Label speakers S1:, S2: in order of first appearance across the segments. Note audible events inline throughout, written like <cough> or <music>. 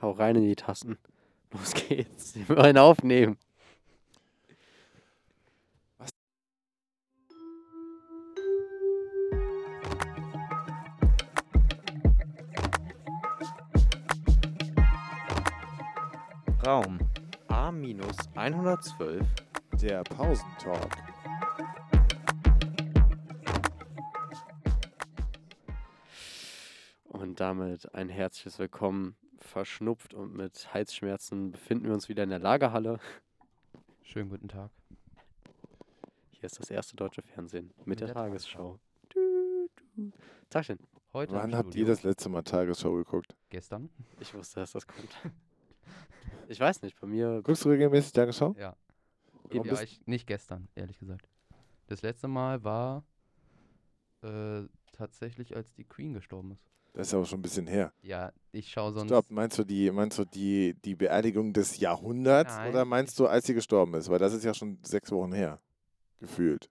S1: Hau rein in die Tasten. Los geht's. <laughs> Wir wollen aufnehmen.
S2: Raum A-112.
S3: Der Pausentalk.
S1: Und damit ein herzliches Willkommen. Verschnupft und mit Heizschmerzen befinden wir uns wieder in der Lagerhalle.
S4: Schönen guten Tag.
S1: Hier ist das erste deutsche Fernsehen mit der
S4: der
S1: Tagesschau. Du, du. Sag denn,
S4: Heute im
S3: Wann habt ihr
S4: Studio.
S3: das letzte Mal Tagesschau geguckt?
S4: Gestern?
S1: ich wusste, dass das kommt. Ich weiß nicht, bei mir.
S3: Guckst du regelmäßig Tagesschau?
S4: Ja.
S3: Warum
S4: ja
S3: bist-
S4: ich, nicht gestern, ehrlich gesagt. Das letzte Mal war äh, tatsächlich, als die Queen gestorben ist.
S3: Das ist aber schon ein bisschen her.
S4: Ja, ich schaue sonst.
S3: Stopp, meinst du die, meinst du die, die Beerdigung des Jahrhunderts
S4: Nein.
S3: oder meinst du, als sie gestorben ist? Weil das ist ja schon sechs Wochen her. Gefühlt.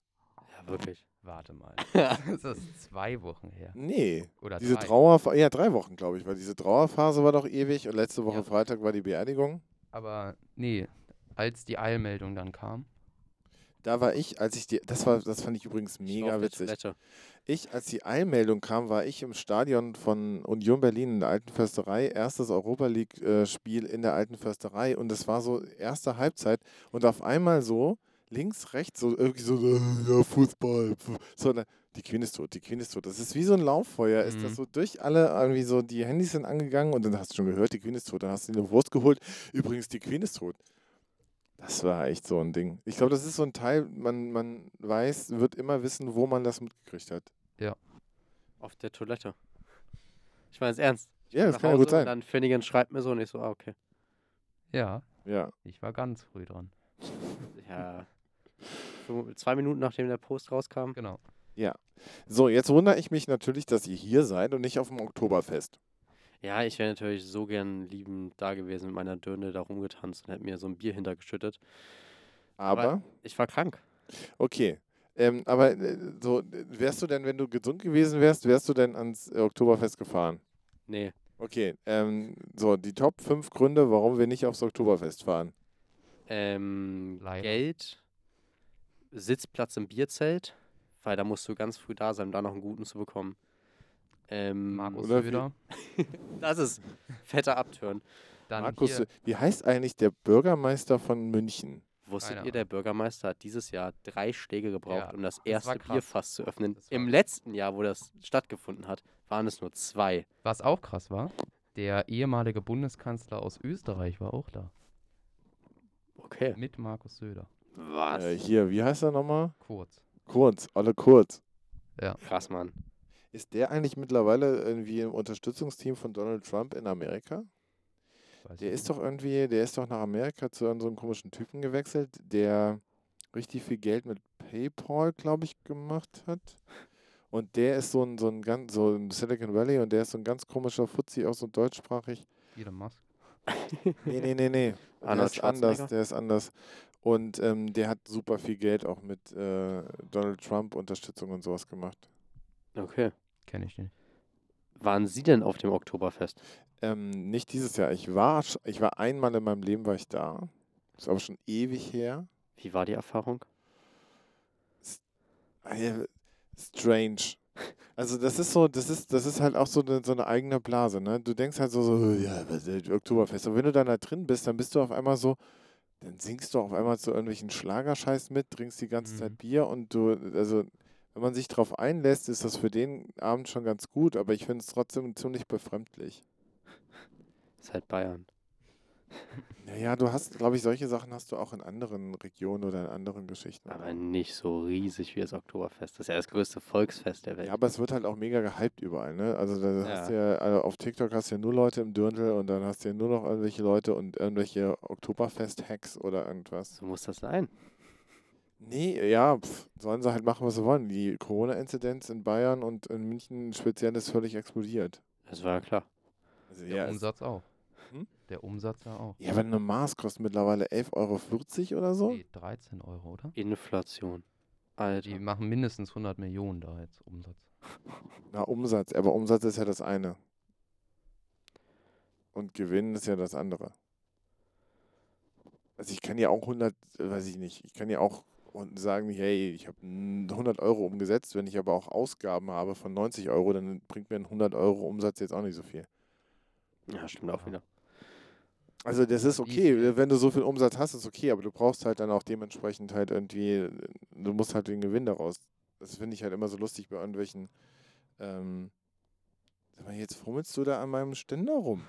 S1: Ja, wirklich. <laughs>
S4: Warte mal. <laughs> das ist zwei Wochen her.
S3: Nee.
S4: Oder
S3: Diese
S4: drei.
S3: Trauerphase, ja, drei Wochen, glaube ich, weil diese Trauerphase war doch ewig und letzte Woche
S4: Ja.
S3: Freitag war die Beerdigung.
S4: Aber nee, als die Eilmeldung dann kam.
S3: Da war ich, als ich die, das war, das fand ich
S1: Ich
S3: übrigens
S1: war
S3: mega
S1: auf der
S3: witzig.
S1: Toilette.
S3: Ich, als die Eilmeldung kam, war ich im Stadion von Union Berlin in der Alten Försterei. Erstes Europa League-Spiel in der Alten Försterei. Und es war so erste Halbzeit. Und auf einmal so, links, rechts, so irgendwie so, äh, ja, Fußball. pf. So, na, die Queen ist tot, die Queen ist tot. Das ist wie so ein Lauffeuer. Ist das
S4: Mhm.
S3: so durch alle irgendwie so, die Handys sind angegangen. Und dann hast du schon gehört, die Queen ist tot. Dann hast du dir eine Wurst geholt. Übrigens, die Queen ist tot. Das war echt so ein Ding. Ich glaube, das ist so ein Teil, man, man weiß, wird immer wissen, wo man das mitgekriegt hat.
S1: Auf der Toilette. Ich meine es ernst. Ich
S3: Ja,
S1: bin
S3: das
S1: nach
S3: kann ja gut
S1: Hause und
S3: sein.
S1: Dann Finnegan schreibt mir so und ich so, ah, okay.
S4: Ja,
S3: Ja.
S4: ich war ganz früh dran.
S1: Ja. So Zwei Minuten nachdem der Post rauskam.
S4: Genau.
S3: So, jetzt wundere ich mich natürlich, dass ihr hier seid und nicht auf dem Oktoberfest.
S1: Ja, ich wäre natürlich so gern liebend da gewesen mit meiner Dürne da rumgetanzt und hätte mir so ein Bier hintergeschüttet.
S3: Aber,
S1: Ich war krank.
S3: okay. Ähm, aber äh, so, äh, wärst du denn, wenn du gesund gewesen wärst, wärst du denn ans äh, Oktoberfest gefahren?
S1: Nee.
S3: Okay, ähm, so, die Top 5 Gründe, warum wir nicht aufs Oktoberfest fahren.
S1: Ähm,
S4: Leider.
S1: Geld, Sitzplatz im Bierzelt, weil da musst du ganz früh da sein, um da noch einen guten zu bekommen. Ähm,
S4: Markus
S3: Hm, Oder wie-
S4: Söder.
S1: Das ist fetter Abtören.
S4: Dann
S3: Markus, äh,
S4: hier,
S3: wie heißt eigentlich der Bürgermeister von München?
S1: Wusstet
S4: Keine
S1: ihr, der Bürgermeister hat dieses Jahr drei Schläge gebraucht,
S4: Ja,
S1: um das
S4: das war
S1: erste
S4: krass.
S1: Bierfass zu öffnen.
S4: Das war
S1: Im
S4: krass.
S1: letzten Jahr, wo das stattgefunden hat, waren es nur zwei.
S4: was auch krass war, der ehemalige Bundeskanzler aus Österreich war auch da.
S1: Okay.
S4: Mit Markus Söder.
S1: Was?
S3: Äh, hier, wie heißt er nochmal?
S4: Kurz.
S3: Kurz, Olle Kurz.
S1: Krass, Mann.
S3: Ist der eigentlich mittlerweile irgendwie im Unterstützungsteam von Donald Trump in Amerika?
S4: Weiß
S3: Der
S4: ich
S3: ist doch irgendwie, der ist doch nach Amerika zu so einem komischen Typen gewechselt, der richtig viel Geld mit PayPal, glaube ich, gemacht hat. Und der ist so ein, so ein ganz, so ein Silicon Valley und der ist so ein ganz komischer Fuzzi, auch so deutschsprachig.
S4: Elon Musk.
S3: Nee, nee, nee, nee. der
S1: <laughs> Arnold
S3: ist anders,
S1: Schwarzenegger?
S3: der ist anders. Und ähm, der hat super viel Geld auch mit äh, Donald Trump Unterstützung und sowas gemacht.
S1: Okay.
S4: Kenne ich den.
S1: Waren Sie denn auf dem Oktoberfest?
S3: Ähm, nicht dieses Jahr. Ich war, sch- ich war einmal in meinem Leben, war ich da. Ist aber schon ewig her.
S1: Wie war die Erfahrung?
S3: Ey, Strange. Also das ist so, das ist, das ist halt auch so eine, so eine eigene Blase, ne? Du denkst halt so, so ja, was ist das Oktoberfest. Und wenn du dann da drin bist, dann bist du auf einmal so, dann singst du auf einmal zu irgendwelchen Schlagerscheiß mit, trinkst die ganze
S4: Mhm.
S3: Zeit Bier und du, also wenn man sich drauf einlässt, ist das für den Abend schon ganz gut, aber ich finde es trotzdem ziemlich befremdlich.
S1: Ist halt Bayern.
S3: Naja, du hast, glaube ich, solche Sachen hast du auch in anderen Regionen oder in anderen Geschichten.
S1: Aber nicht so riesig wie das Oktoberfest. Das ist ja das größte Volksfest der Welt.
S3: Ja, aber es wird halt auch mega gehypt überall, ne? Also da hast du
S1: Ja.
S3: ja, also auf TikTok hast du ja nur Leute im Dirndl und dann hast du ja nur noch irgendwelche Leute und irgendwelche Oktoberfest-Hacks oder irgendwas.
S1: So muss das sein.
S3: Nee, ja, pf, sollen sie halt machen, was sie wollen. Die Corona-Inzidenz in Bayern und in München speziell ist völlig explodiert.
S1: Das war ja klar.
S3: Also,
S4: Der
S3: ja, es-
S4: Umsatz auch.
S3: Hm?
S4: Der Umsatz ja auch.
S3: ja, aber eine Maß kostet mittlerweile 11,40 Euro oder so.
S4: Nee, 13 Euro, oder?
S1: Inflation. Alter.
S4: Die machen mindestens 100 Millionen da jetzt Umsatz.
S3: Na, Umsatz, aber Umsatz ist ja das eine. und gewinnen ist ja das andere. Also ich kann ja auch 100, äh, weiß ich nicht, ich kann ja auch und sagen, hey, ich habe 100 Euro umgesetzt, wenn ich aber auch Ausgaben habe von 90 Euro, dann bringt mir ein 100 Euro Umsatz jetzt auch nicht so viel.
S1: Ja, stimmt auch
S4: Ja.
S1: wieder.
S3: Also das ist
S4: Wie
S3: okay,
S4: viel?
S3: wenn du so viel Umsatz hast, ist okay, aber du brauchst halt dann auch dementsprechend halt irgendwie, du musst halt den Gewinn daraus. Das finde ich halt immer so lustig bei irgendwelchen, ähm, sag mal, jetzt fummelst du da an meinem Ständer rum.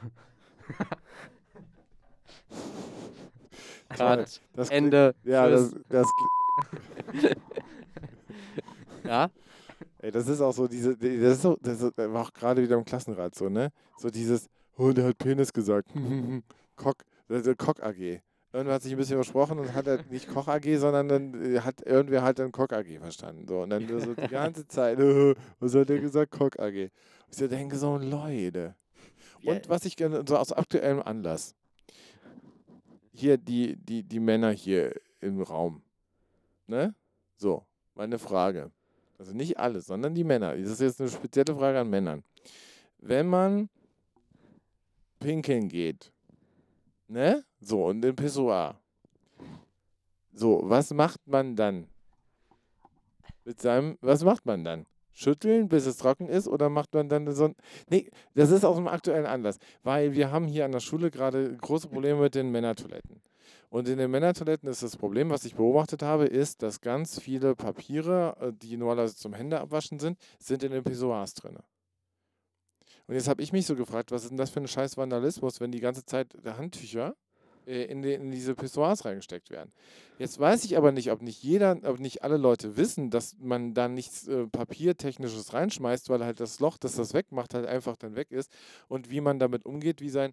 S1: Gerade
S3: Also, Das klingt-
S1: Ende.
S3: Ja,
S1: Tschüss.
S3: das, das, kli-
S1: Ja?
S3: Ey, das ist auch so diese, die- das ist so, das ist- war auch gerade wieder im Klassenrat so, ne? So dieses, oh, der hat Penis gesagt. <laughs> Kock, also Kock AG. Irgendwer hat sich ein bisschen versprochen und hat halt nicht Koch AG, sondern dann äh, hat irgendwer halt dann Kock AG verstanden. So. Und dann so die ganze Zeit, <laughs> äh, was hat der gesagt? Kock AG. Und ich so denke so, Leute. Und was ich gerne, so aus aktuellem Anlass. Hier, die, die, die Männer hier im Raum. Ne? So, meine Frage. Also nicht alle, sondern die Männer. Das ist jetzt eine spezielle Frage an Männern. Wenn man pinkeln geht, ne? So, und in Pissoir. So, was macht man dann? Mit seinem, was macht man dann? Schütteln, bis es trocken ist, oder macht man dann so ein. Nee, das ist aus dem aktuellen Anlass. Weil wir haben hier an der Schule gerade große Probleme mit den Männertoiletten. Und in den Männertoiletten ist das Problem, was ich beobachtet habe, ist, dass ganz viele Papiere, äh, die normalerweise zum Händeabwaschen sind, sind in den Pissoirs drin. Und jetzt habe ich mich so gefragt, was ist denn das für ein scheiß Vandalismus, wenn die ganze Zeit der Handtücher äh, in, die, in diese Pissoirs reingesteckt werden. Jetzt weiß ich aber nicht, ob nicht jeder, ob nicht alle Leute wissen, dass man da nichts äh, Papiertechnisches reinschmeißt, weil halt das Loch, das das wegmacht, halt einfach dann weg ist. Und wie man damit umgeht, wie sein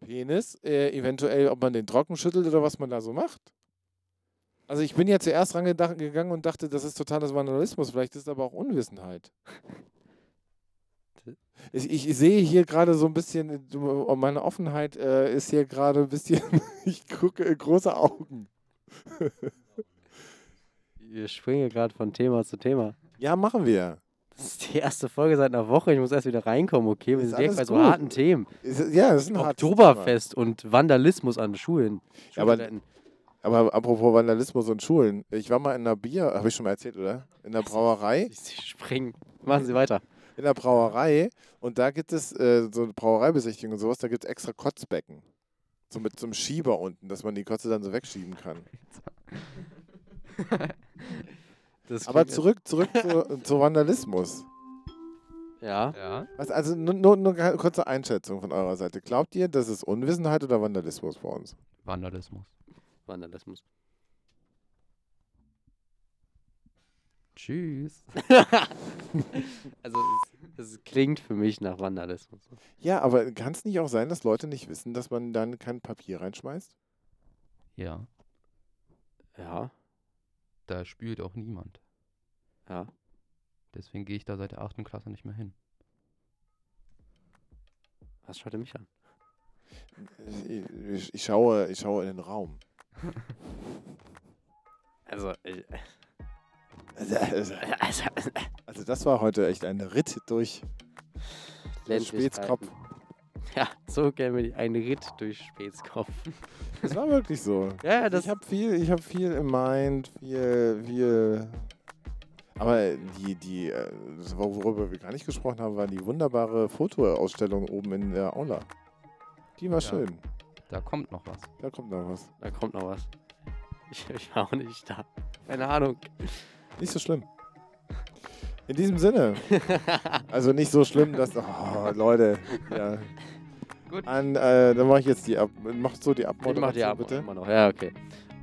S3: Penis, äh, eventuell, ob man den trocken schüttelt oder was man da so macht. Also ich bin ja zuerst rangegangen und dachte, das ist totales Vandalismus, vielleicht ist es aber auch Unwissenheit. Ich, ich ich sehe hier gerade so ein bisschen, äh, du- meine Offenheit äh, ist hier gerade ein bisschen, <laughs> ich gucke äh, große Augen.
S1: Ich springe gerade von Thema zu Thema.
S3: Ja, machen wir.
S1: Das ist die erste Folge seit einer Woche. Ich muss erst wieder reinkommen, okay? Wir
S3: Ist
S1: sind direkt
S3: alles
S1: bei so
S3: gut.
S1: harten Themen.
S3: Ist- Ja, das ist ein hartes
S1: Oktoberfest und Vandalismus an Schulen.
S3: Ja, aber-
S1: Schultoiletten.
S3: Thema. Aber apropos Vandalismus und Schulen. Ich war mal in einer Bier, habe ich schon mal erzählt, oder? In der Brauerei.
S1: Sie springen. Machen Sie weiter.
S3: in der Brauerei und da gibt es äh, so eine Brauereibesichtigung und sowas, da gibt es extra Kotzbecken. So mit so einem Schieber unten, dass man die Kotze dann so wegschieben kann.
S1: Das
S3: Aber
S1: klingt-
S3: zurück, zurück zu, <laughs> zu Vandalismus.
S1: Ja.
S4: Ja.
S3: Was, also nur, nur, nur eine kurze Einschätzung von eurer Seite. Glaubt ihr, das ist Unwissenheit oder Vandalismus bei uns?
S4: Vandalismus.
S1: Vandalismus.
S4: Tschüss.
S1: Also, es, es klingt für mich nach Vandalismus.
S3: Ja, aber kann es nicht auch sein, dass Leute nicht wissen, dass man dann kein Papier reinschmeißt?
S4: Ja.
S1: Ja,
S4: Da spült auch niemand.
S1: ja.
S4: Deswegen gehe ich da seit der 8. Klasse nicht mehr hin.
S1: Was schaut ihr mich an?
S3: Ich, ich, ich, schaue, ich schaue in den Raum.
S1: Also, <laughs> ich-
S3: Also, also,
S1: also
S3: also das war heute echt ein Ritt durch Spätzkopf.
S1: Ländlichkeiten. Ja, so kennen wir die. Ein Ritt durch Spätzkopf.
S3: Das war wirklich so.
S1: Ja, ja,
S3: Also
S1: das
S3: ich habe viel, ich habe viel im Mind, viel, viel. Aber die, die, äh, worüber wir gar nicht gesprochen haben, war die wunderbare Fotoausstellung oben in der Aula. Die war
S4: Ja.
S3: schön.
S4: Da kommt noch was.
S3: Da kommt noch was.
S1: Da kommt noch was. <laughs> Ich, ich war auch nicht da. Keine Ahnung.
S3: Nicht so schlimm. In diesem Sinne. Also nicht so schlimm, dass. Oh, Leute. Ja.
S4: Gut.
S3: An, äh, dann mache ich jetzt die Ab. Mach so die
S1: Ich
S3: Abmod.
S1: mach die ab
S3: bitte.
S1: immer noch. Ja, okay.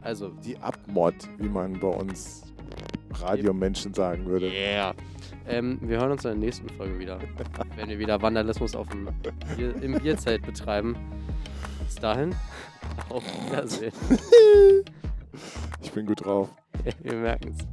S1: Also,
S3: Die Abmod, wie man bei uns Radiomenschen sagen würde.
S1: yeah. Ähm, wir hören uns in der nächsten Folge wieder. <laughs> wenn wir wieder Vandalismus auf dem Bier, im Bierzelt betreiben. Bis dahin, auf Wiedersehen. <laughs>
S3: Ich bin gut drauf.
S1: Wir merken's.